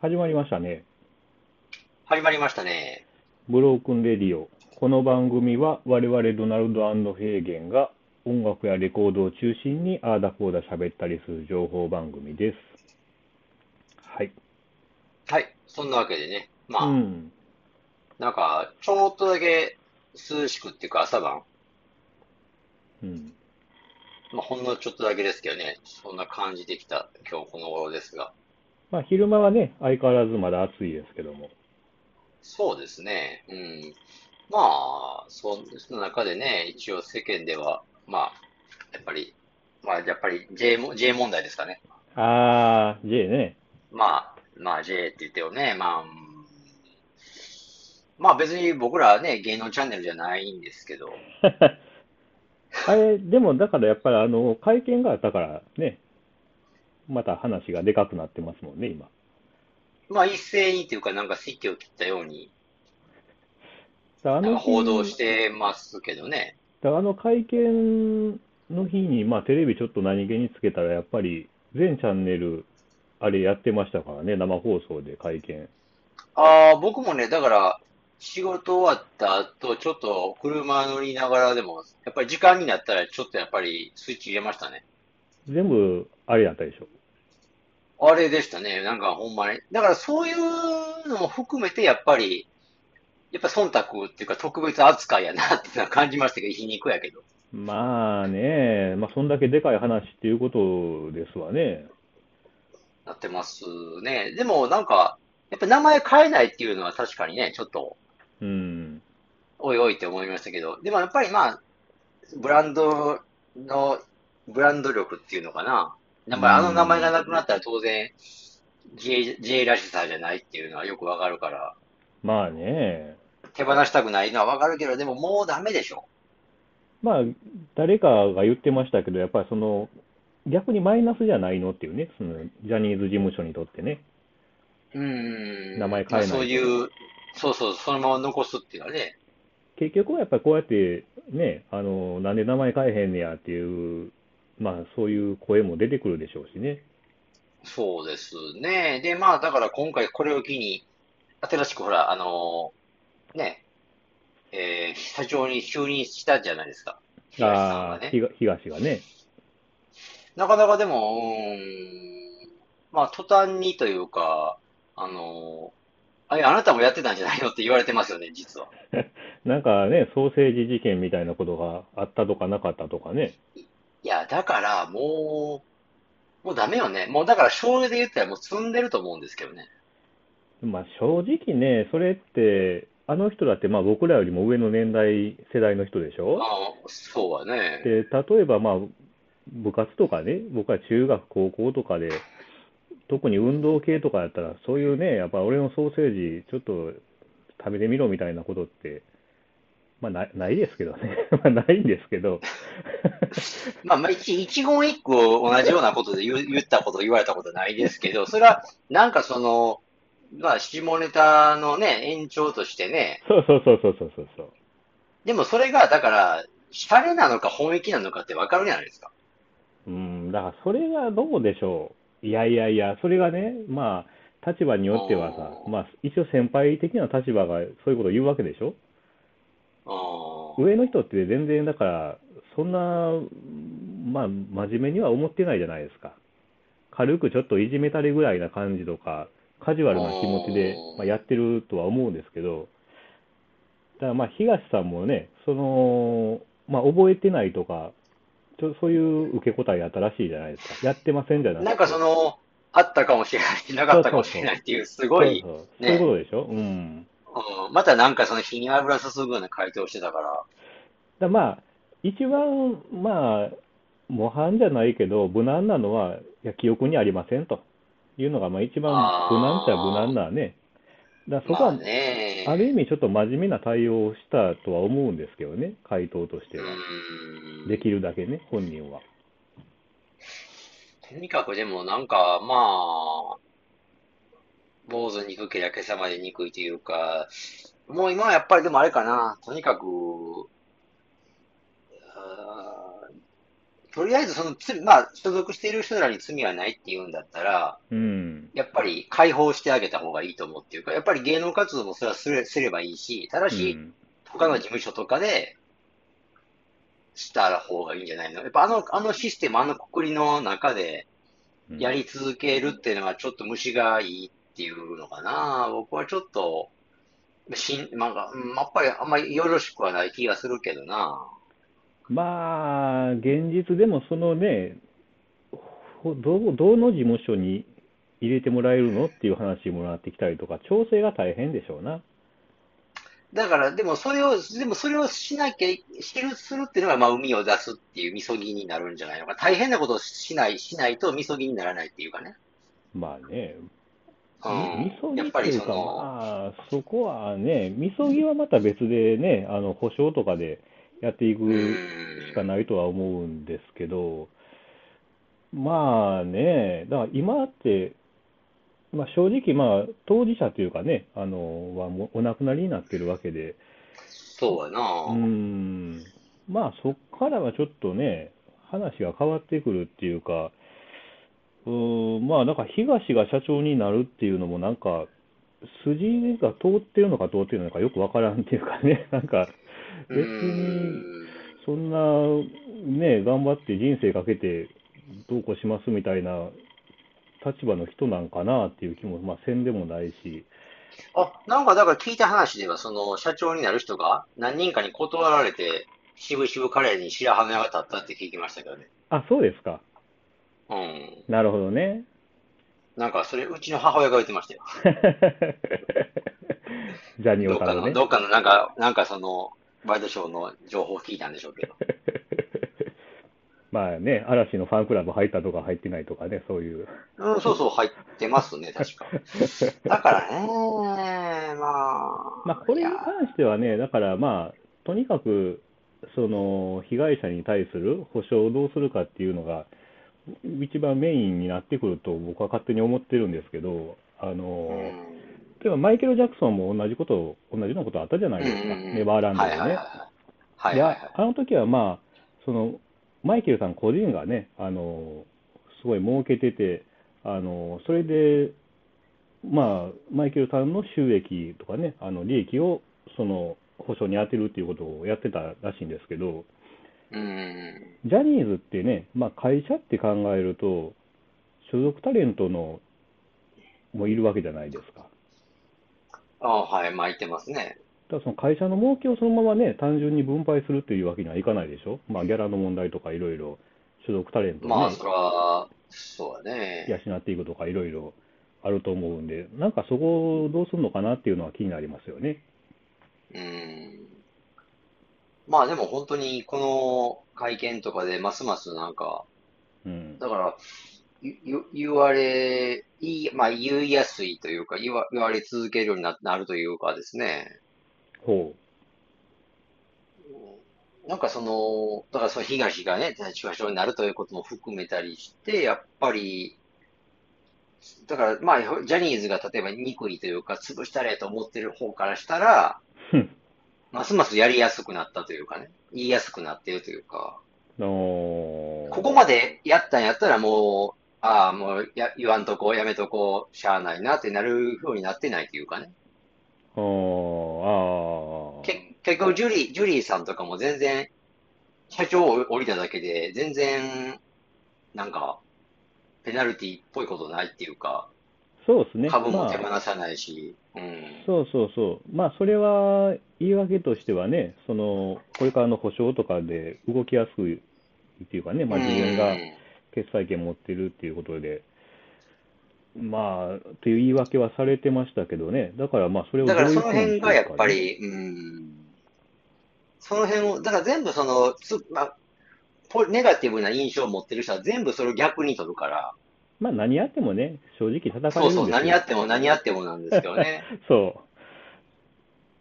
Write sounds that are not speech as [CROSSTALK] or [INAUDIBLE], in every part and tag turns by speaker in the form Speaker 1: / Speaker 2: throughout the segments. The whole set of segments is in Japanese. Speaker 1: 始まりましたね。
Speaker 2: 始まりましたね。
Speaker 1: ブロークンレディオ。この番組は我々ドナルドヘーゲンが音楽やレコードを中心にあーだこーだ喋ったりする情報番組です。はい。
Speaker 2: はい。そんなわけでね。まあ、
Speaker 1: うん。
Speaker 2: なんか、ちょっとだけ涼しくっていうか朝晩、
Speaker 1: うん。
Speaker 2: まあ、ほんのちょっとだけですけどね。そんな感じてきた今日この頃ですが。
Speaker 1: まあ昼間はね、相変わらずまだ暑いですけども。
Speaker 2: そうですね。うん。まあ、そその中でね、一応世間では、まあ、やっぱり、まあ、やっぱり J も、J 問題ですかね。
Speaker 1: あー、J ね。
Speaker 2: まあ、まあ J って言ってよね、まあ、うんまあ別に僕らはね、芸能チャンネルじゃないんですけど、
Speaker 1: あれ、でもだからやっぱりあの、会見があったからね、また話がでかくなってますもんね、今。
Speaker 2: まあ一斉にというかなんか席を切ったように、
Speaker 1: さああ
Speaker 2: なん
Speaker 1: の
Speaker 2: か
Speaker 1: 日
Speaker 2: 報道してますけどね。
Speaker 1: だからあの会見の日に、まあ、テレビちょっと何気につけたら、やっぱり全チャンネル、あれやってましたからね、生放送で会見。
Speaker 2: ああ、僕もね、だから仕事終わった後、ちょっと車乗りながらでも、やっぱり時間になったらちょっとやっぱりスイッチ入れましたね。
Speaker 1: 全部あれやったでしょ。
Speaker 2: あれでしたね、なんかほんまに。だからそういうのも含めてやっぱり、やっぱ忖度っていうか特別扱いやなっていうのは感じましたけど、皮肉やけど。
Speaker 1: まあね、まあ、そんだけでかい話っていうことですわね。
Speaker 2: なってますね。でもなんか、やっぱ名前変えないっていうのは確かにね、ちょっと、
Speaker 1: うん。
Speaker 2: おいおいって思いましたけど、でもやっぱりまあ、ブランドの、ブランド力っていうのかな。やっぱりあの名前がなくなったら当然、J、J らしさじゃないっていうのはよくわかるから、
Speaker 1: まあね、
Speaker 2: 手放したくないのはわかるけど、でももうダメでしょ。
Speaker 1: まあ、誰かが言ってましたけど、やっぱりその、逆にマイナスじゃないのっていうね、そのジャニーズ事務所にとってね。
Speaker 2: うん。
Speaker 1: 名前変えないと
Speaker 2: まあそういう、そうそう、そのまま残すっていうのはね。
Speaker 1: 結局はやっぱりこうやってね、あの、なんで名前変えへんねやっていう、まあそういう声も出てくるでしょうしね。
Speaker 2: そうですね。で、まあ、だから今回これを機に、新しくほら、あのーね、えー社長に就任したじゃないですか。東さんが
Speaker 1: ああ、
Speaker 2: ね。
Speaker 1: 東東がね。
Speaker 2: なかなかでも、うーん、まあ、途端にというか、あのーあれ、あなたもやってたんじゃないのって言われてますよね、実は。
Speaker 1: なんかね、ソーセージ事件みたいなことがあったとかなかったとかね。
Speaker 2: いや、だから、もう、もうダメよね。もう、だから、省エネで言ったらもう積んでると思うんですけどね。
Speaker 1: まあ正直ね、それって、あの人だってまあ僕らよりも上の年代、世代の人でし
Speaker 2: あ
Speaker 1: ょ
Speaker 2: あ、そうはね。
Speaker 1: で、例えばまあ部活とかね、僕は中学、高校とかで、特に運動系とかやったら、そういうね、やっぱ俺のソーセージちょっと食べてみろみたいなことって、まあない、ないですけどね。 [LAUGHS] まあないんですけど、
Speaker 2: まあ、まあ、一一言一句を同じようなことで言う言ったこと、言われたことないですけど、それは、なんかその、まあ、下ネタのね、延長としてね、
Speaker 1: そうそうそうそうそうそうそう。
Speaker 2: でもそれが、だから、シャレなのか本意気なのかってわかるじゃないですか。
Speaker 1: うん、だからそれがどうでしょう。いやいやいや、それがね、まあ、立場によっては
Speaker 2: あ
Speaker 1: さ、
Speaker 2: ー
Speaker 1: まあ、一応先輩的な立場がそういうことを言うわけでしょ
Speaker 2: うん。
Speaker 1: 上の人って全然だからそんなまあ真面目には思ってないじゃないですか軽くちょっといじめたりぐらいな感じとかカジュアルな気持ちで
Speaker 2: おー
Speaker 1: まあやってるとは思うんですけどだからまあ東さんもねそのまあ覚えてないとかちょそういう受け答えやったらしいじゃないですかやってませんじゃなくて
Speaker 2: なんかその、あったかもしれない、なかったかもしれないっていう、すごい、
Speaker 1: そうそうそ
Speaker 2: ね
Speaker 1: ういうことでしょうん
Speaker 2: うん、またなんかその火に油注ぐような回答してたから、
Speaker 1: だまあ一番まあ模範じゃないけど無難なのはいや記憶にありませんというのがまあ一番
Speaker 2: あー
Speaker 1: 無難っちゃ無難なねだからそこ
Speaker 2: まあ
Speaker 1: は
Speaker 2: ね、
Speaker 1: ある意味ちょっと真面目な対応をしたとは思うんですけどね回答としては
Speaker 2: うん。
Speaker 1: できるだけね本人は
Speaker 2: とにかくでもなんか、まあ、坊主に行くけりゃ今朝まで憎いというか、もう今はやっぱりでもあれかな、とにかく、あーとりあえずその罪、まあ、所属している人らに罪はないって言うんだったら、
Speaker 1: うん
Speaker 2: やっぱぱり解放してあげた方がいいと思うっていうか、やっぱり芸能活動もそれはすれすればいいし、ただし、
Speaker 1: うん
Speaker 2: 他の事務所とかでした方がいいんじゃないのやっぱあの、あのシステム、あのくくりの中で
Speaker 1: うん
Speaker 2: やり続けるっていうのはちょっと虫がいいっていうのかな。僕はちょっと、しん、まあ、うんやっぱりあんまりよろしくはない気がするけどな。
Speaker 1: まあ、現実でもそのね、ほどうどの事務所に入れてもらえるのっていう話もらってきたりとか、調整が大変でしょうな。
Speaker 2: だから、でもそれを、でもそれをしなきゃい、しる、するっていうのが、まあ、海を出すっていうみそぎになるんじゃないのか。大変なことをしない、しないとみそぎにならないっていうかね。
Speaker 1: まあね、
Speaker 2: うん。
Speaker 1: みそぎ
Speaker 2: やっ
Speaker 1: って
Speaker 2: ぱり
Speaker 1: いう
Speaker 2: そ
Speaker 1: か、
Speaker 2: の、
Speaker 1: まあ、そこはね、みそぎはまた別でね、あの保証とかでやっていうく
Speaker 2: ん
Speaker 1: しかないとは思うんですけど、まあね、だから今って、まあ、正直、まあ、当事者というかね、あのはもうお亡くなりになってるわけで、
Speaker 2: そうやな。
Speaker 1: うーんまあそこからはちょっとね、話が変わってくるっていうか、うーんまあなんか東が社長になるっていうのも、なんか、筋が通ってるのか通ってないのかよくわからんっていうかね、 [LAUGHS] なんか、別に
Speaker 2: うん
Speaker 1: そんな、ね、頑張って人生かけてどうこうしますみたいな立場の人なんかなっていう気も、まあ、せんでもないし、
Speaker 2: あ、なんかだから聞いた話では、その社長になる人が何人かに断られて、しぶしぶ彼に白羽の矢が立ったって聞きましたけどね。
Speaker 1: あ、そうですか、
Speaker 2: うん。
Speaker 1: なるほどね。 [LAUGHS]
Speaker 2: なんかそれ、うちの母親が言ってましたよ。
Speaker 1: ジャニ
Speaker 2: ど
Speaker 1: オ
Speaker 2: っ
Speaker 1: タ
Speaker 2: か
Speaker 1: の
Speaker 2: の、
Speaker 1: ね。
Speaker 2: どっかのなんか、なんかその、ワイドショーの情報を聞いたんでしょうけど。
Speaker 1: まあね、嵐のファンクラブ入ったとか入ってないとかね、そういう。
Speaker 2: うん、そうそう、入ってます
Speaker 1: [LAUGHS]
Speaker 2: ね、確か。だからね、まあ、
Speaker 1: まあこれに
Speaker 2: いや
Speaker 1: 関してはね、だからまあ、とにかく、その被害者に対する補償をどうするかっていうのが、一番メインになってくると僕は勝手に思ってるんですけど、あの、
Speaker 2: うん
Speaker 1: 例えばマイケル・ジャクソンも同じこと、同じようなことあったじゃないですか、
Speaker 2: うんうんうん
Speaker 1: ネバーランド
Speaker 2: はい
Speaker 1: で
Speaker 2: はい
Speaker 1: ね。
Speaker 2: はいはい。はい
Speaker 1: い
Speaker 2: はいは
Speaker 1: や、あの時はまあ、そのマイケルさん個人がね、あのすごい儲けてて、あのそれで、まあ、マイケルさんの収益とかね、あの利益をその保証に充てるっていうことをやってたらしいんですけど、
Speaker 2: い。うん。
Speaker 1: ジャニーズってね、まあ、会社って考えると、所属タレントのもいるわけじゃないですか。
Speaker 2: あ、はい、まあ言ってますね。
Speaker 1: ただその会社の儲けをそのままね、単純に分配するというわけにはいかないでしょ、まあ、ギャラの問題とかいろいろ、所属タレントを
Speaker 2: まあ、
Speaker 1: ね
Speaker 2: そら、そうだね。
Speaker 1: 養っていくとかいろいろあると思うんで、なんかそこをどうするのかなっていうのは気になりますよね。
Speaker 2: うんまあでも本当にこの会見とかでますますなんか、
Speaker 1: うん、
Speaker 2: だから、ゆゆ言われ、言い、まあ言いやすいというか、言わ、言われ続けるようにな、なるというかですね。
Speaker 1: ほ
Speaker 2: なんかその、だからその東がね、中小になるということも含めたりして、やっぱり、だからまあ、ジャニーズが例えば憎いというか、潰したれと思ってる方からしたら、
Speaker 1: う。
Speaker 2: ますますやりやすくなったというかね、言いやすくなっているというか、
Speaker 1: の
Speaker 2: ここまでやったんやったらもう、ああ、もうや言わんとこ、やめとこ、しゃあないなってなる風になってないというかね。
Speaker 1: あーあー
Speaker 2: け結局、ジュリー、ジュリーさんとかも全然、社長を降りただけで、全然、なんか、ペナルティっぽいことないっていうか、
Speaker 1: そうですね、
Speaker 2: 株も
Speaker 1: まあ
Speaker 2: 手放さないし、うん。
Speaker 1: そうそうそう、まあ、それは言い訳としてはね、そのこれからの補償とかで動きやすいっていうかね、まあ、自分
Speaker 2: う
Speaker 1: が
Speaker 2: ん
Speaker 1: 決裁権持ってるっていうことで、まあ、という言い訳はされてましたけどね、だからまあ、それを
Speaker 2: だから
Speaker 1: どうい
Speaker 2: そうの
Speaker 1: ふうに
Speaker 2: 辺
Speaker 1: す
Speaker 2: が
Speaker 1: る
Speaker 2: やっ
Speaker 1: か
Speaker 2: ぱ
Speaker 1: ね
Speaker 2: り、うん、その辺を、だから全部その、つまあ、ポネガティブな印象を持ってる人は全部それを逆に取るから、
Speaker 1: まあ何やってもね、正直叩かれるんです
Speaker 2: そ
Speaker 1: よ。
Speaker 2: うそう、何やっても何やってもなんですよね。
Speaker 1: そ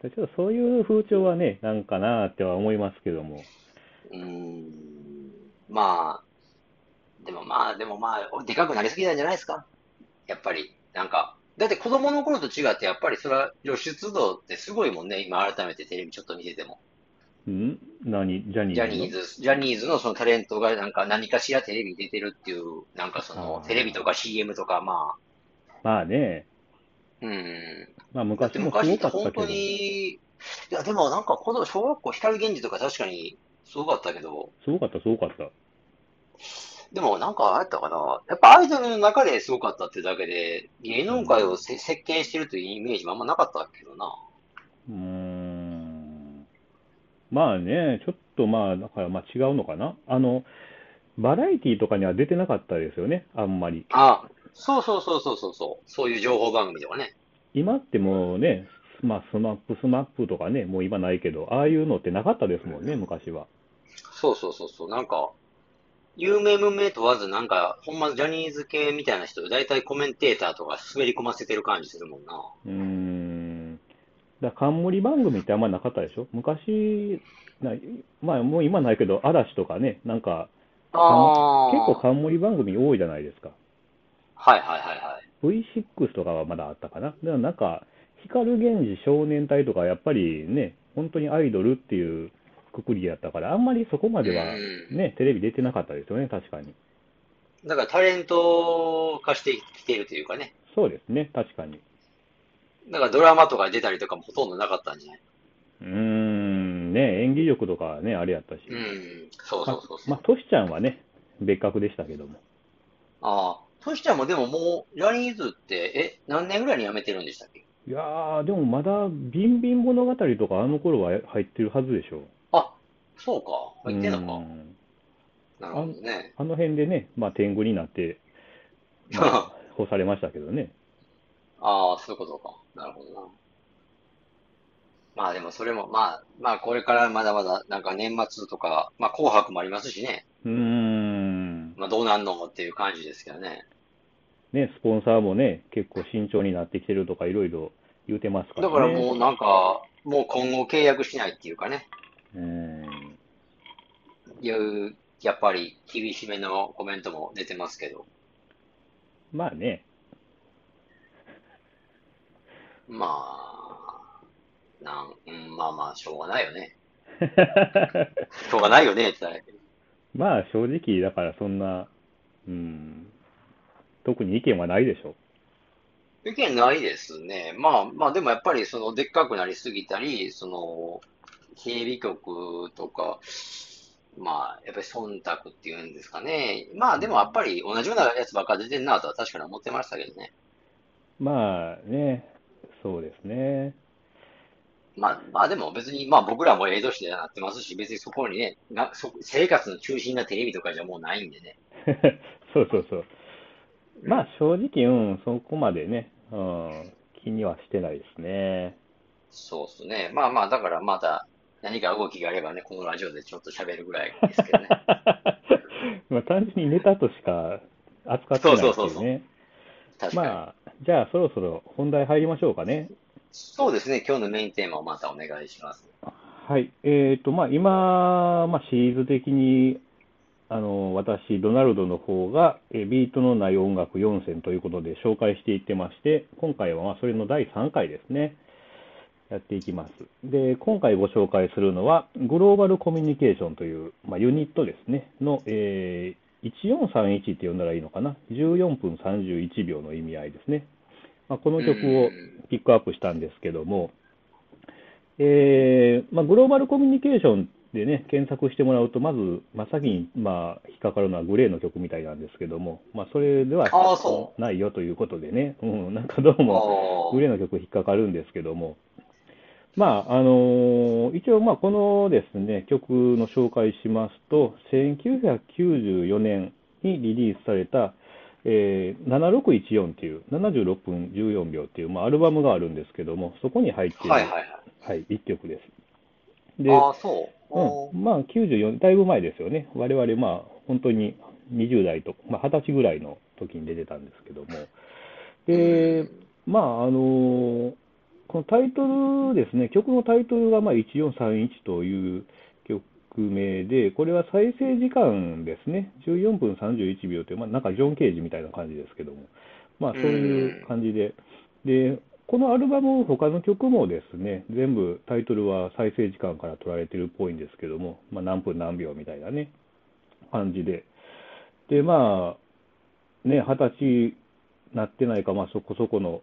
Speaker 1: う。ちょっとそういう風潮はね、なんかなーっては思いますけども。
Speaker 2: うん、まあ、でもまあ、でもまあ、でかくなりすぎなんじゃないですかやっぱり、なんか。だって子供の頃と違って、やっぱりそれは露出度ってすごいもんね、今改めてテレビちょっと見てても。
Speaker 1: ん何ジャニーズ
Speaker 2: ジ
Speaker 1: の
Speaker 2: ャニーズ、ジャニーズのそのタレントがなんか何かしらテレビに出てるっていう、なんかそ
Speaker 1: あ
Speaker 2: の
Speaker 1: ー
Speaker 2: テレビとか CM とかまあ、
Speaker 1: まあね、
Speaker 2: うん。
Speaker 1: まあ
Speaker 2: だって
Speaker 1: 昔もす
Speaker 2: 昔
Speaker 1: ご
Speaker 2: って
Speaker 1: かっ
Speaker 2: 本
Speaker 1: たけ
Speaker 2: 当
Speaker 1: ど、
Speaker 2: に、いやでもなんかこの小学校光源氏とか確かにすごかったけど、
Speaker 1: すごかった、すごかった。
Speaker 2: でもなんかあれやったかな、やっぱアイドルの中ですごかったってだけで、芸能界をせ席巻してるというイメージもあんまなかったけどな。
Speaker 1: うーん。まあね、ちょっとまあ、だからまあ違うのかな。あの、バラエティとかには出てなかったですよね、あんまり。
Speaker 2: あ、そうそうそうそうそうそう、そういう情報番組とかね。
Speaker 1: 今ってもうね、まあ、スマップ、スマップとかね、もう今ないけど、ああいうのってなかったですもんね、昔は。
Speaker 2: そうそうそうそう、なんか、有名無名問わず、なんか、ほんまジャニーズ系みたいな人、大体コメンテーターとか滑り込ませてる感じするもんな。
Speaker 1: うーん。だから冠番組ってあんまなかったでしょ昔、なまあもう今ないけど、嵐とかね、なんか、
Speaker 2: ああ
Speaker 1: 結構冠番組多いじゃないですか。
Speaker 2: はいはいはいはい。
Speaker 1: V6 とかはまだあったかな。だからなんか、光源氏少年隊とか、やっぱりね、本当にアイドルっていうくくりやったから、あんまりそこまでは
Speaker 2: うん
Speaker 1: ね、テレビ出てなかったですよね、確かに。
Speaker 2: だからタレント化してきているというかね。
Speaker 1: そうですね、確かに。
Speaker 2: だからドラマとか出たりとかもほとんどなかったんじゃないう
Speaker 1: ーん、ね、演技力とかはね、あれやったし。
Speaker 2: うん。そうそ
Speaker 1: ま
Speaker 2: うそうそう。
Speaker 1: まあ、トシちゃんはね、別格でしたけども。
Speaker 2: ああ。そしたらもうでももう、ジャニーズって、え、何年ぐらいに辞めてるんでしたっけ
Speaker 1: いやー、でもまだ、ビンビン物語とか、あの頃は入ってるはずでしょう。
Speaker 2: あ、そうか。入ってんの
Speaker 1: う
Speaker 2: か。
Speaker 1: ん
Speaker 2: なるほどね。
Speaker 1: あの辺でね、まあ、天狗になって、ま
Speaker 2: [LAUGHS]
Speaker 1: あ、干されましたけどね。
Speaker 2: ああ、そういうことか。なるほどな。まあでもそれも、まあ、まあこれからまだまだ、なんか年末とか、まあ紅白もありますしね。
Speaker 1: うーん。
Speaker 2: まあどうなんのっていう感じですけどね。
Speaker 1: ね、スポンサーもね、結構慎重になってきてるとか、いろいろ言うてますから
Speaker 2: だ
Speaker 1: ね。
Speaker 2: からもうなんか、もう今後契約しないっていうかね。
Speaker 1: うーん。
Speaker 2: いう、やっぱり厳しめのコメントも出てますけど、
Speaker 1: まあね、 [LAUGHS]
Speaker 2: まあ、なん、うん、まあまあ、しょうがないよね。しょうがないよねって言ったら
Speaker 1: まあ正直、だからそんな、うん、特に意見はないでしょ
Speaker 2: 意見ないですね。まあまあ、でもやっぱり、その、でっかくなりすぎたり、その、警備局とか、まあ、やっぱり忖度っていうんですかね。まあ、でもやっぱり同じようなやつばっか出てんなとは確かに思ってましたけどね。
Speaker 1: まあね、そうですね。
Speaker 2: まあ、まあでも別に、まあ僕らも江戸市でなってますし、別にそこにね、なそ生活の中心なテレビとかじゃもうないんでね。
Speaker 1: そうそうそう。まあ正直、うん、そこまでね、うん、気にはしてないですね。 [LAUGHS]
Speaker 2: そうっすね。まあまあ、だからまた何か動きがあればね、このラジオでちょっと喋るぐらいで
Speaker 1: [LAUGHS]
Speaker 2: すけどね。
Speaker 1: まあ単純にネタとしか扱ってないっていうね。
Speaker 2: そうそうそうそ確かに。
Speaker 1: まあ、じゃあそろそろ本題入りましょうかね。
Speaker 2: そうですね。今日のメインテーマをまたお願いします。
Speaker 1: はい、えーとまあ、今、まあ、シリーズ的にあの私、ドナルドの方が、えービートのない音楽4選ということで紹介していってまして、今回はまあそれの第3回ですね、やっていきます。で、今回ご紹介するのは、グローバルコミュニケーションという、まあ、ユニットですね、の、えー1431って呼んだらいいのかな、14分31秒の意味合いですね。まあ、この曲をピックアップしたんですけども、えーまあ、グローバルコミュニケーションでね、検索してもらうと、まず真っ先に、まあ、引っかかるのはグレーの曲みたいなんですけども、まあ、それでは
Speaker 2: あーそ
Speaker 1: ないよということでね、うん、なんかどうも、
Speaker 2: お
Speaker 1: グレ
Speaker 2: ー
Speaker 1: ーの曲引っかかるんですけども、まああのー一応、まあこのですね曲の紹介しますと、1994年にリリースされた、えー7614っていう、76分14秒っていう、まあ、アルバムがあるんですけども、そこに入っている、
Speaker 2: はいはいはい。
Speaker 1: はい、1曲です。で、
Speaker 2: ああ、そう。お
Speaker 1: うん、まあ94、だいぶ前ですよね、我々まあ本当に20代と、まあ、20歳ぐらいの時に出てたんですけども、で、まああのこのタイトルですね、曲のタイトルがまあ1431という曲名で、これは再生時間ですね、14分31秒という、まあ、なんかジョン・ケージみたいな感じですけども、まあそういう感じで、でこのアルバム、他の曲もですね全部タイトルは再生時間から取られてるっぽいんですけども、まあ、何分何秒みたいなね、感じで、で、まあ、ね、二十歳なってないか、まあ、そこそこの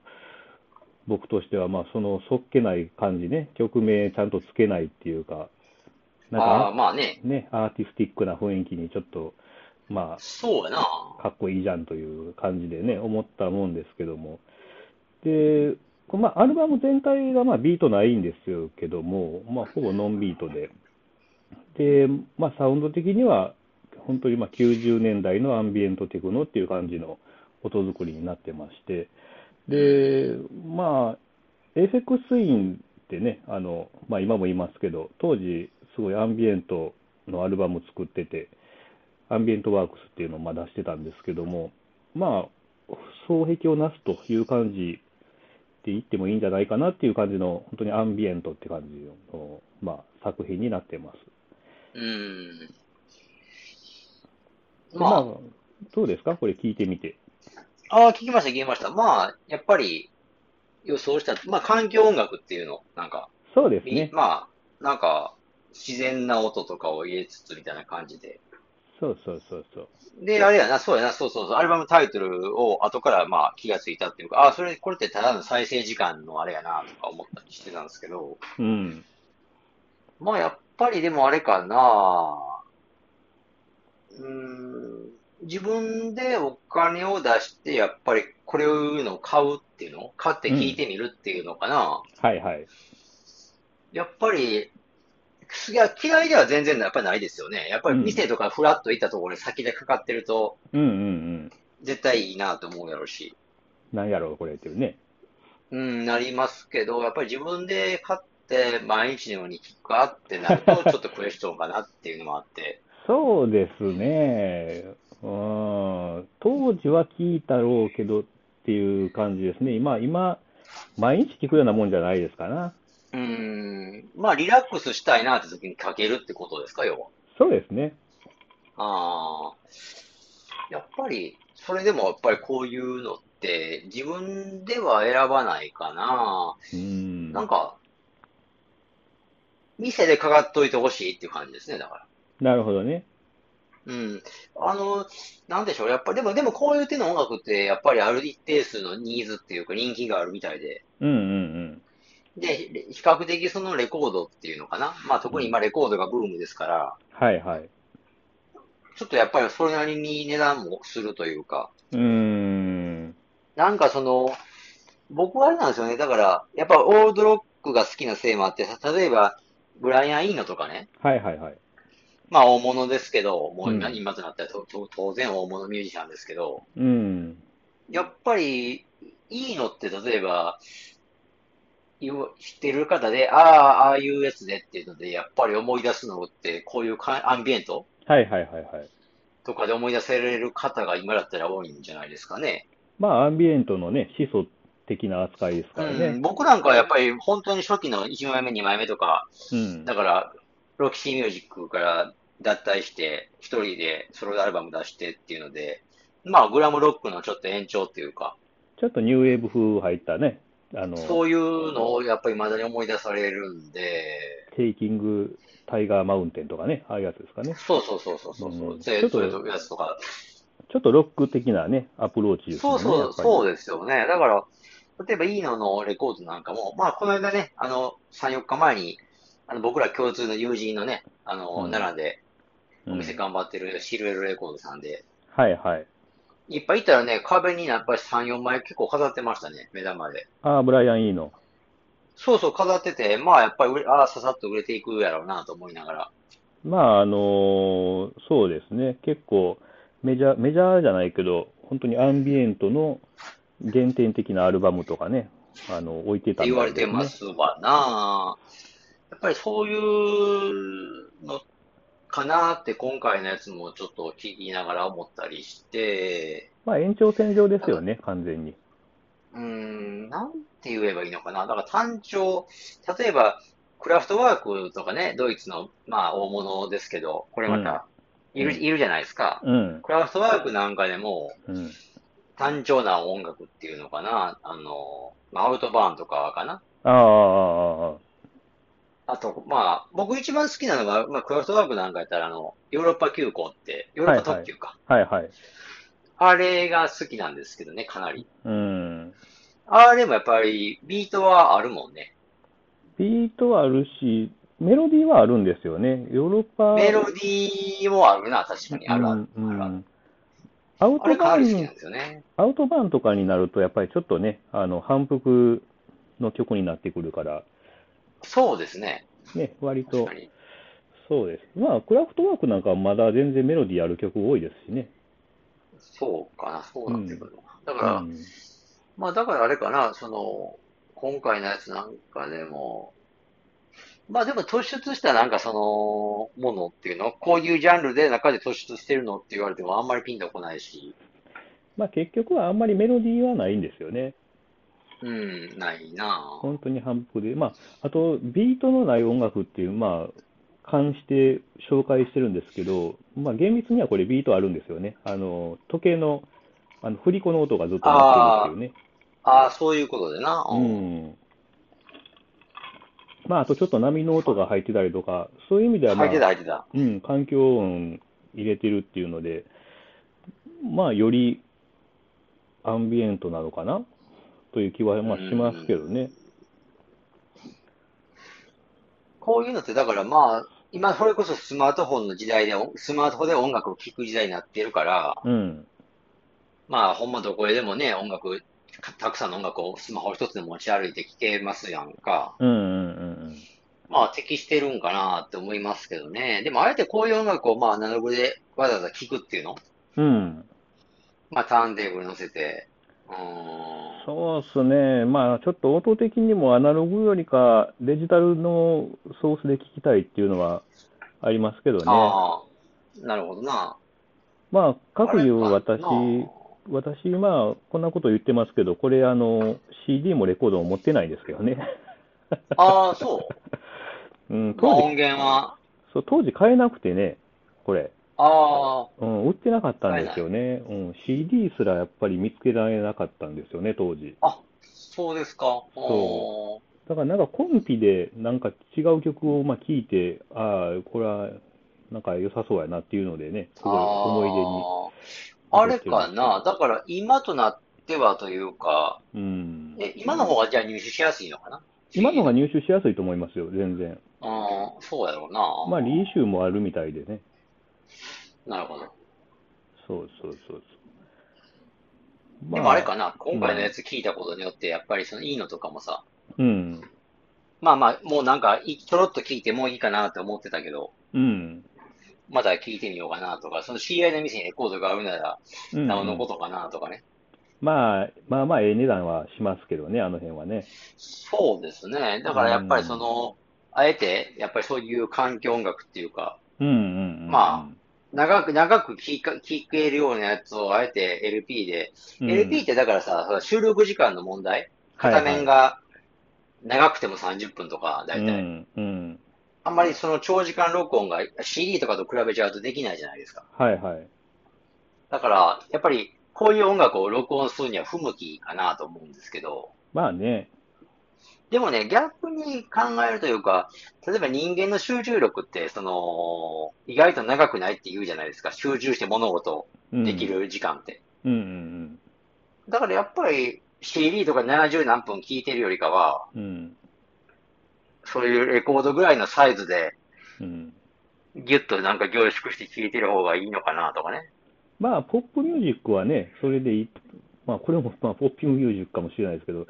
Speaker 1: 僕としては、まあ、そのそっけない感じね、曲名ちゃんとつけないっていうか、なん
Speaker 2: ああ、
Speaker 1: か
Speaker 2: まあね。
Speaker 1: ね、アーティスティックな雰囲気にちょっと、ま
Speaker 2: そうやな。
Speaker 1: あ、かっこいいじゃんという感じでね、思ったもんですけども。で、こうまあ、アルバム全体がまあビートないんですよけども、まあ、ほぼノンビートで。で、まあ、サウンド的には、本当にまあ90年代のアンビエントテクノっていう感じの音作りになってまして、で、まあ、エフェクスインってね、あのまあ、今も言いますけど、当時、すごいアンビエントのアルバム作ってて、アンビエントワークスっていうのをまあ出してたんですけども、まあ、双璧をなすという感じって言ってもいいんじゃないかなっていう感じの、本当にアンビエントって感じの、まあ、作品になってます。
Speaker 2: うん。
Speaker 1: ま
Speaker 2: ま
Speaker 1: あ、どうですか、これ聞いてみて。
Speaker 2: あ、ああ、聞きました、聞きました。まあ、やっぱり、予想した、まあ、環境音楽っていうの、なんか、
Speaker 1: そうです
Speaker 2: い
Speaker 1: ね、
Speaker 2: まあ、なんか、自然な音とかを入れつつみたいな感じで。
Speaker 1: そうそうそうそう。
Speaker 2: で、あれやな、そうやな、そうそうそう、アルバムタイトルを後からまあ気がついたっていうか、あ、それ、これってただの再生時間のあれやな、とか思ったりしてたんですけど、
Speaker 1: うん、
Speaker 2: まあやっぱりでもあれかな、うーん、自分でお金を出して、やっぱりこれをの買うっていうの買って聞いてみるっていうのかな、
Speaker 1: はいはい。
Speaker 2: やっぱり、いや嫌いでは全然やっぱりないですよね。やっぱり店とかフラッと行ったところに先でかかってると、
Speaker 1: うんうんうん。
Speaker 2: 絶対いいなと思うやろうし。
Speaker 1: なんやろう、これっていうね。
Speaker 2: うん、なりますけど、やっぱり自分で買って毎日のように聞くかってなる
Speaker 1: [LAUGHS]
Speaker 2: と、ちょっとクエスチョンかなっていうのもあって。
Speaker 1: そうですね。うん。当時は聞いたろうけどっていう感じですね。今、今、毎日聞くようなもんじゃないですかな。
Speaker 2: うん、まあリラックスしたいなって時にかけるってことですか、要は。
Speaker 1: そうですね。
Speaker 2: ああ。やっぱり、それでもやっぱりこういうのって自分では選ばないかな。
Speaker 1: うん。
Speaker 2: なんか、店でかかっといてほしいっていう感じですね、だから。
Speaker 1: なるほどね。
Speaker 2: うん。あの、なんでしょう。やっぱ、でも、でもこういう手の音楽って、やっぱりある一定数のニーズっていうか人気があるみたいで。
Speaker 1: うんうん
Speaker 2: で、比較的そのレコードっていうのかな。まあ特に今レコードがブームですから、
Speaker 1: うん。はいはい。
Speaker 2: ちょっとやっぱりそれなりに値段もするというか、
Speaker 1: うん。
Speaker 2: なんかその、僕はあれなんですよね。だから、やっぱオールドロックが好きなせいもあって、例えば、ブライアン・イーノとかね。
Speaker 1: はいはいはい。
Speaker 2: まあ大物ですけど、もう今
Speaker 1: うん
Speaker 2: 今となったらとと当然大物ミュージシャンですけど、
Speaker 1: うん。
Speaker 2: やっぱり、いいのって、例えば、言う知ってる方で、ああ、ああいうやつでっていうので、やっぱり思い出すのって、こういうかアンビエント
Speaker 1: はいはいはいはい。
Speaker 2: とかで思い出せられる方が今だったら多いんじゃないですかね。
Speaker 1: まあ、アンビエントのね、始祖的な扱いですから
Speaker 2: うん、
Speaker 1: ね。
Speaker 2: 僕なんかはやっぱり本当に初期の1枚目、2枚目とか、
Speaker 1: うん。
Speaker 2: だから、ロキシーミュージックから脱退して、一人でソロアルバム出してっていうので、まあ、グラムロックのちょっと延長っていうか、
Speaker 1: ちょっとニューウェーブ風入ったね、あの、
Speaker 2: そういうのをやっぱり未だに思い出されるんで、
Speaker 1: テイキングタイガーマウンテンとかね、ああいうやつですかね。
Speaker 2: そうそうそうそうそうそうう。
Speaker 1: ん
Speaker 2: で
Speaker 1: ちょっと
Speaker 2: それとやつとか。
Speaker 1: ちょっとロック的なね、アプローチです
Speaker 2: そ
Speaker 1: よ
Speaker 2: う
Speaker 1: ね、
Speaker 2: そう、そう
Speaker 1: う。
Speaker 2: ですよね。だから、例えば、イーノのレコードなんかも、まあ、この間ね、あの、3、4日前に、あの、僕ら共通の友人のね、あの、
Speaker 1: うん
Speaker 2: 奈良で
Speaker 1: うん
Speaker 2: お店頑張ってるシルエルレコードさんで、
Speaker 1: はいはい。
Speaker 2: いっぱいいたらね、壁にやっぱり3、4枚結構飾ってましたね、目玉で。
Speaker 1: ああ、ブライアン・イーノ。
Speaker 2: そうそう、飾ってて、まあ、やっぱり売れ、ああ、ささっと売れていくやろうなと思いながら。
Speaker 1: まあ、あのーそうですね、結構メジャー、メジャーじゃないけど、本当にアンビエントの原点的なアルバムとかね、あの、置いて
Speaker 2: って
Speaker 1: たみ
Speaker 2: 言わ
Speaker 1: た
Speaker 2: れ
Speaker 1: いです
Speaker 2: て
Speaker 1: ね。
Speaker 2: ますわなやっぱりそういうのかなって今回のやつもちょっと聞きながら思ったりして、
Speaker 1: まあ、延長線上ですよね、完全に。
Speaker 2: うーん、なんて言えばいいのかな。だから単調、例えばクラフトワークとかね、ドイツのまあ大物ですけど、これまたいる、
Speaker 1: うん
Speaker 2: いるじゃないですか。
Speaker 1: うん、
Speaker 2: クラフトワークなんかでも
Speaker 1: うん。
Speaker 2: 単調な音楽っていうのかな。あの、まあアウトバーンとかかな。
Speaker 1: ああ、ああ、ああ。
Speaker 2: あと、まあ、僕一番好きなのが、まあ、クラフトワークなんかやったら、あの、ヨーロッパ急行って、ヨーロッパ特急か。
Speaker 1: はいはい。
Speaker 2: あれが好きなんですけどね、かなり。
Speaker 1: うん。
Speaker 2: あれもやっぱりビートはあるもんね。
Speaker 1: ビートはあるし、メロディーはあるんですよね。ヨーロッパ、
Speaker 2: メロディーもあるな、確かに。あるある。
Speaker 1: うんうん
Speaker 2: ある
Speaker 1: アウ
Speaker 2: あれ
Speaker 1: ト
Speaker 2: かな
Speaker 1: バ
Speaker 2: り好き
Speaker 1: ー
Speaker 2: なん
Speaker 1: ン、
Speaker 2: ですよね。
Speaker 1: アウトバーンとかになると、やっぱりちょっとね、あの反復の曲になってくるから、
Speaker 2: そうですね。
Speaker 1: ね、割
Speaker 2: 確
Speaker 1: と
Speaker 2: か、に。
Speaker 1: そうです。まあ、クラフトワークなんかはまだ全然メロディーある曲多いですしね。
Speaker 2: そうかな、そうなってくるのかな。だ
Speaker 1: う
Speaker 2: から、
Speaker 1: ん
Speaker 2: まあだからあれかな、その、今回のやつなんかでも、まあでも突出したなんかそのものっていうの、こういうジャンルで中で突出してるのって言われてもあんまりピンとこないし、
Speaker 1: まあ、結局はあんまりメロディーはないんですよね。
Speaker 2: うん、ないなぁ。
Speaker 1: 本当に反復で。まあ、あと、ビートのない音楽っていう、まあ、関して紹介してるんですけど、まあ、厳密にはこれビートあるんですよね。あの、時計の、あの、振り子の音がずっと鳴ってるっていうね。
Speaker 2: ああ、そういうことでな。
Speaker 1: う
Speaker 2: うん。
Speaker 1: ん。まあ、あとちょっと波の音が入ってたりとか、そういう意味では、まあ、
Speaker 2: 入ってた、入ってた。
Speaker 1: うん、環境音入れてるっていうので、まあ、よりアンビエントなのかなという気はまあしますけどね。
Speaker 2: こういうのってだからまあ、今それこそスマートフォンの時代で、スマートフォンで音楽を聴く時代になってるから、
Speaker 1: うん、
Speaker 2: まあ、ほんまどこへでもね、音楽、たくさんの音楽をスマホ一つで持ち歩いて聴けますやんか。
Speaker 1: うん、うん、うん
Speaker 2: まあ、適してるんかなって思いますけどね。でも、あえてこういう音楽をまあ、アナログでわざわざ聴くっていうの
Speaker 1: うん。うん、
Speaker 2: まあ、ターンテーブルに乗せて。うーん。
Speaker 1: そうですね。まあ、ちょっと音的にもアナログよりか、デジタルのソースで聞きたいっていうのはありますけどね。
Speaker 2: ああ、なるほどな。
Speaker 1: まあ、各
Speaker 2: あれ
Speaker 1: 言う
Speaker 2: まあ
Speaker 1: 私
Speaker 2: な、あ
Speaker 1: 私、まあ、こんなこと言ってますけど、これ、あの、CD もレコードも持ってないですけどね。
Speaker 2: ああ、
Speaker 1: [LAUGHS]
Speaker 2: そう。
Speaker 1: うん、
Speaker 2: まあ、
Speaker 1: 当時
Speaker 2: 音源は、
Speaker 1: そう、当時買えなくてね、これ。
Speaker 2: ああ、
Speaker 1: うん、売ってなかったんですよね。うん、CD すらやっぱり見つけられなかったんですよね、当時。
Speaker 2: そうですか。
Speaker 1: そ
Speaker 2: おー
Speaker 1: だからなんかコンピでなんか違う曲をまあ聴いて、ああ、これはなんか良さそうやなっていうのでね、すごい思
Speaker 2: ああ、あれかな。だから、今となってはというか、
Speaker 1: い出に。うん。
Speaker 2: え、今の方がじゃあ入手しやすいのかな
Speaker 1: 今のが入手しやすいと思いますよ、全然。
Speaker 2: うん、そうやろうな。
Speaker 1: まあ、リイシューもあるみたいでね。
Speaker 2: なるほど。
Speaker 1: そうそうそうそう。
Speaker 2: でもあれかな、今回のやつ聞いたことによって、やっぱりそのいいのとかもさ、
Speaker 1: うん。
Speaker 2: まあまあ、もうなんかい、ちょろっと聞いてもういいかなって思ってたけど、
Speaker 1: うん。
Speaker 2: まだ聞いてみようかなとか、その知り合いの店にレコードがあるなら、
Speaker 1: うん
Speaker 2: なおのことかなとかね。
Speaker 1: まあ、まあまあ、ええ値段はしますけどね、あの辺はね。
Speaker 2: そうですね。だからやっぱりその、あえて、やっぱりそういう環境音楽っていうか、
Speaker 1: うんうんうん。
Speaker 2: ま長く、長く聞か聞けるようなやつを、あえて LP で、
Speaker 1: うん、
Speaker 2: LP ってだからさ、その収録時間の問題、
Speaker 1: はい
Speaker 2: 片面が長くても30分とか、だ
Speaker 1: はいい
Speaker 2: たい。
Speaker 1: うん、うん。
Speaker 2: あんまりその長時間録音が CD とかと比べちゃうとできないじゃないですか。
Speaker 1: はいはい。
Speaker 2: だから、やっぱりこういう音楽を録音するには不向きかなと思うんですけど、
Speaker 1: まあね。
Speaker 2: でもね、逆に考えるというか、例えば人間の集中力って、その、意外と長くないって言うじゃないですか。集中して物事を
Speaker 1: うん、
Speaker 2: でき。る時間って。
Speaker 1: うんうん
Speaker 2: だからやっぱり CD とか70何分聴いてるよりかは、
Speaker 1: うん。うん
Speaker 2: そういうレコードぐらいのサイズで、
Speaker 1: うん。
Speaker 2: ギュッとなんか凝縮して聴いてる方がいいのかなとかね。
Speaker 1: まあ、ポップミュージックはね、それでいい。まあ、これも、まあ、ポップミュージックかもしれないですけど、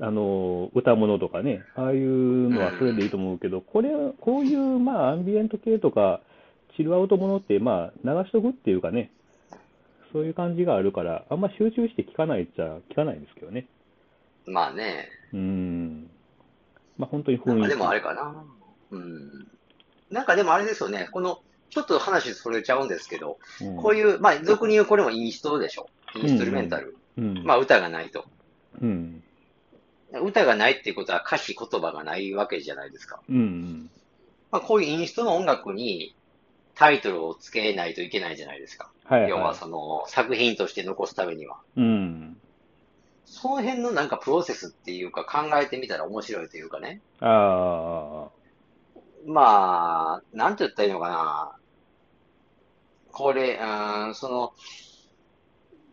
Speaker 1: あの、歌物とかね、ああいうのはそれでいいと思うけど、これ、こういう、まあ、アンビエント系とか、チルアウトものって、まあ、流しとくっていうかね、そういう感じがあるから、あんま集中して聞かないっちゃ聞かないんですけどね。
Speaker 2: まあね。
Speaker 1: うん。まあ、本当に
Speaker 2: な
Speaker 1: 雰
Speaker 2: ん
Speaker 1: 囲
Speaker 2: か
Speaker 1: 気。
Speaker 2: でもあれかな。うん。なんかでもあれですよね。この、ちょっと話それちゃうんですけど、
Speaker 1: うん
Speaker 2: こういう、まあ、俗に言うこれもインストでしょ。インストゥルメンタル。
Speaker 1: うん。
Speaker 2: まあ、歌がないと。
Speaker 1: うん。
Speaker 2: 歌がないっていうことは歌詞言葉がないわけじゃないですか。
Speaker 1: うんうん。
Speaker 2: まあ、こういうインストの音楽にタイトルをつけないといけないじゃないですか。
Speaker 1: はい
Speaker 2: 要は
Speaker 1: は
Speaker 2: その作品として残すためには。
Speaker 1: い。うん。
Speaker 2: その辺のなんかプロセスっていうか考えてみたら面白いというかね。
Speaker 1: ああ。
Speaker 2: まあ、なんて言ったらいいのかな。これ、うーん、その、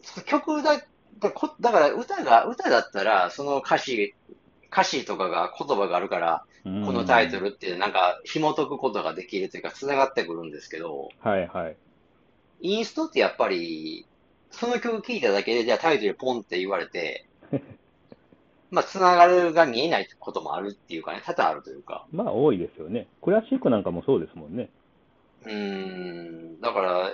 Speaker 2: その曲だ、だこだから歌が、歌だったら、その歌詞、歌詞とかが言葉があるから、
Speaker 1: うん
Speaker 2: このタイトルってなんか紐解くことができるというか、繋がってくるんですけど、
Speaker 1: はいはい。
Speaker 2: インストってやっぱり、その曲聴いただけで、じゃあタイトルポンって言わ
Speaker 1: [LAUGHS]
Speaker 2: れて、まあ、繋がるが見えないこともあるっていうかね、多々あるというか。
Speaker 1: まあ多いですよね。クラシックなんかもそうですもんね。
Speaker 2: うーん、だから、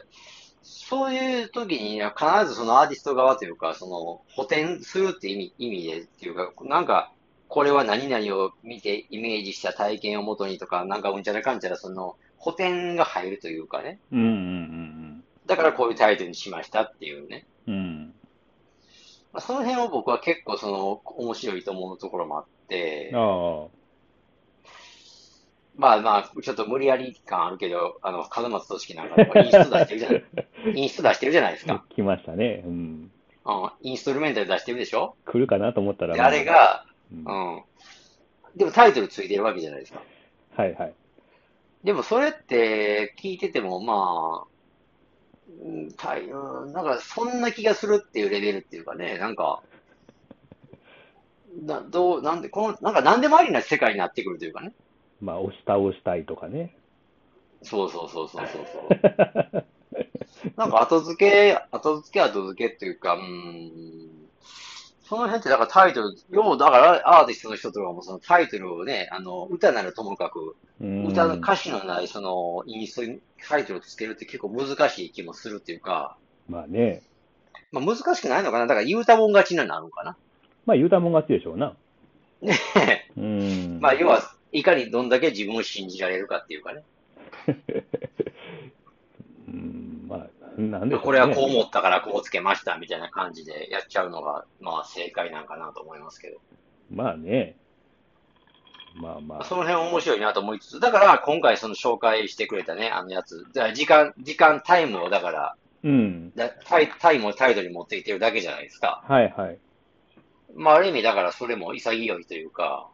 Speaker 2: そういう時に必ずそのアーティスト側というか、その補填するって意味、意味でっていうか、なんか、これは何々を見てイメージした体験をもとにとか、なんかうんちゃらかんちゃら、その補填が入るというかね。
Speaker 1: うんうん
Speaker 2: だからこういうタイトルにしましたっていうね。
Speaker 1: うんうん。うん。
Speaker 2: まあ、その辺を僕は結構その面白いと思うところもあって、
Speaker 1: あ
Speaker 2: まあまあ、ちょっと無理やり感あるけど、あの、門松組織なんかとかインスト出してるじゃない、インスト出してるじゃないですか。
Speaker 1: あ、 [LAUGHS] 来ましたね。うん。
Speaker 2: うん、インストルメンタル出してるでしょ
Speaker 1: 来るかなと思ったら、
Speaker 2: で、あれ
Speaker 1: まあ、
Speaker 2: が、
Speaker 1: うん
Speaker 2: う
Speaker 1: は
Speaker 2: ん。でもタイトルついてるわけじゃないですか。
Speaker 1: いはい。
Speaker 2: でもそれって聞いてても、まあ、うんたいうんなんかそんな気がするっていうレベルっていうかね、なんか、な、どう、なんで、この、なんか何でもありな世界になってくるというかね。
Speaker 1: まあ、押し倒したいとかね。 [LAUGHS]
Speaker 2: そうそうそうそうそう
Speaker 1: [LAUGHS]
Speaker 2: そう。なんか後付け、後付け後付けっていうか、うん、その辺ってだからタイトル、よう、だからアーティストの人とかもそのタイトルをね、あの、歌ならともかく、
Speaker 1: うん。
Speaker 2: 歌の歌詞のない、その、インストにタイトルをつけるって結構難しい気もするっていうか、
Speaker 1: まあね。
Speaker 2: まあ難しくないのかなだから言うたもん勝ちになるのかな [LAUGHS]
Speaker 1: まあ、言うたもん勝ちでしょうな。うん。
Speaker 2: まあ要は、いかにどんだけ自分を信じられるかっていうかね。
Speaker 1: うん、まあ、なんで
Speaker 2: ま
Speaker 1: しょうね
Speaker 2: あこれはこう思ったからこうつけましたみたいな感じでやっちゃうのが、まあ正解なんかなと思いますけど。
Speaker 1: まあね。まあま
Speaker 2: まあ
Speaker 1: あ。
Speaker 2: その辺面白いなと思いつつ、だから今回その紹介してくれたね、あのやつ。だから時間、時間、タイムをだから、
Speaker 1: うん。
Speaker 2: だタイタイムをタイトルに持っていってるだけじゃないですか。
Speaker 1: はいはい。
Speaker 2: まあある意味だからそれも潔いというか、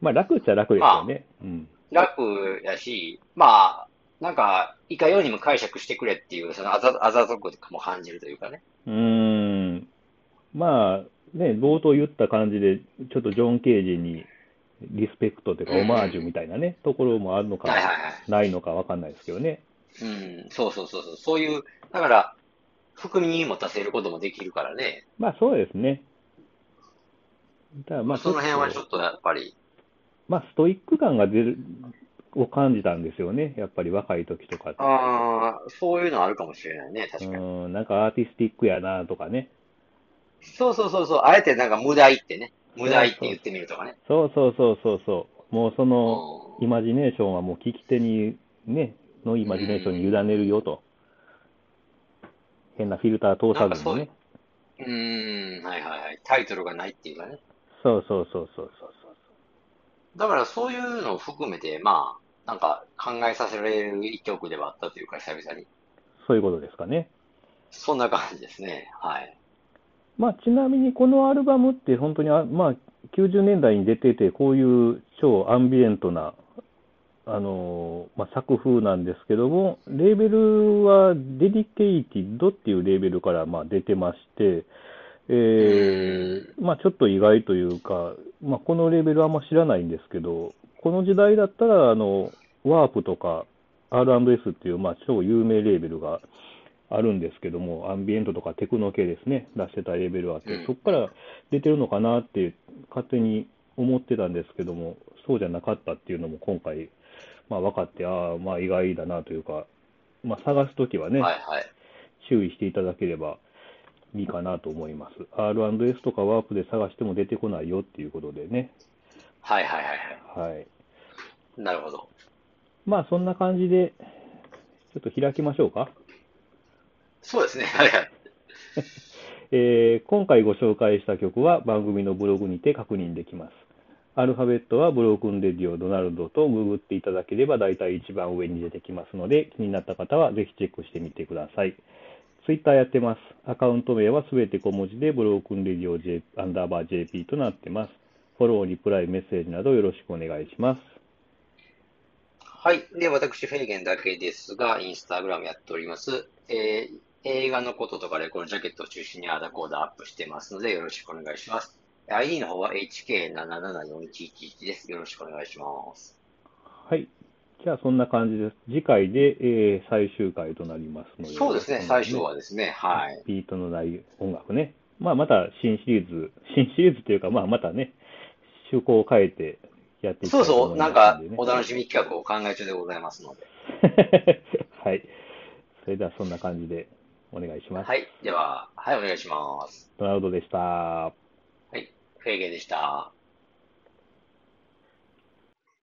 Speaker 1: まあ、楽っちゃ楽ですよね。うん。
Speaker 2: 楽やし、まあ、なんか、いかようにも解釈してくれっていう、そのあざ、あざとくも感じるというかね。
Speaker 1: うーん。まあ、ね、冒頭言った感じで、ちょっとジョン・ケージにリスペクトというか、
Speaker 2: うん
Speaker 1: オマージュみたいなね、ところもあるのか、
Speaker 2: はいはいはい。
Speaker 1: ないのかわかんないですけどね。
Speaker 2: うん、そうそうそうそう。そういう、だから、含みに持たせることもできるからね。
Speaker 1: まあ、そうですね。ただまあ、
Speaker 2: その辺はちょ
Speaker 1: と、
Speaker 2: っとやっぱり、
Speaker 1: まあ、ストイック感が出る、を感じたんですよね。やっぱり若い時とかって。
Speaker 2: ああ、そういうのはあるかもしれないね、確かに。
Speaker 1: うん、なんかアーティスティックやなとかね。
Speaker 2: そうそうそうそう、あえてなんか無題ってね、無題って言ってみるとかね。
Speaker 1: そうそうそうそうそう。もうその、
Speaker 2: うん
Speaker 1: イマジネーションはもう聞き手に、ね、のイマジネーションに委ねるよと。変なフィルター通さずに
Speaker 2: なん
Speaker 1: ね
Speaker 2: か。うーん、はいはいはい。タイトルがないっていうかね。
Speaker 1: そうそうそうそうそうそう。
Speaker 2: だからそういうのを含めて、まあ、なんか考えさせられる一曲ではあったというか、久々に。
Speaker 1: そういうことですかね。
Speaker 2: そんな感じですね。はい。
Speaker 1: まあちなみにこのアルバムって本当にあ、まあ90年代に出てて、こういう超アンビエントな、あのーまあ、作風なんですけども、レーベルはデディケイティッドっていうレーベルからまあ出てまして、えーまあちょっと意外というか、まあ、このレベルはあんま知らないんですけど、この時代だったら、あの、ワープとか R&S っていう、まあ超有名レーベルがあるんですけども、アンビエントとかテクノ系ですね、出してたレーベルがあっ
Speaker 2: う
Speaker 1: て
Speaker 2: ん、
Speaker 1: そこから出てるのかなって勝手に思ってたんですけども、そうじゃなかったっていうのも今回、まあ分かって、ああ、まあ意外だなというか、まあ探すときはね、
Speaker 2: はいはい。
Speaker 1: 注意していただければいいかなと思います。R&S とかワープで探しても出てこないよっていうことでね。
Speaker 2: はいはいはいは
Speaker 1: はい。
Speaker 2: い。なるほど。
Speaker 1: まあそんな感じで、ちょっと開きましょうか。
Speaker 2: そうですね。 [LAUGHS] はいはい。
Speaker 1: えー今回ご紹介した曲は番組のブログにて確認できます。アルファベットはブロークンレディオドナルドとググっていただければ大体一番上に出てきますので気になった方はぜひチェックしてみてください。ツイッターやってます。アカウント名はすべて小文字でブロークンレディオ J アンダーバー JP となってます。フォロー、リプライ、メッセージなどよろしくお願いします。
Speaker 2: はい。で、私、フェーゲンだけですが、インスタグラムやっております。えー映画のこととかレコードジャケットを中心にアダコーダアップしてますので、よろしくお願いします。ID の方は HK774111 です。よろしくお願いします。
Speaker 1: はい。じゃあそんな感じです。次回で、えー最終回となりますので。
Speaker 2: そうですね、
Speaker 1: 今度
Speaker 2: 最初はですね、はい。
Speaker 1: ビートのない音楽ね。まあ、また新シリーズ、新シリーズというか、まあ、またね、趣向を変えてやっていきた
Speaker 2: そう
Speaker 1: いと
Speaker 2: そ
Speaker 1: 思
Speaker 2: う、
Speaker 1: い
Speaker 2: な
Speaker 1: ます
Speaker 2: んか
Speaker 1: でね
Speaker 2: お楽しみ企画を考え中でございますので。
Speaker 1: [LAUGHS] はい。それではそんな感じでお願いします。
Speaker 2: はい、では、はい、お願いします。
Speaker 1: ドナルドでした。
Speaker 2: フェーゲンでした。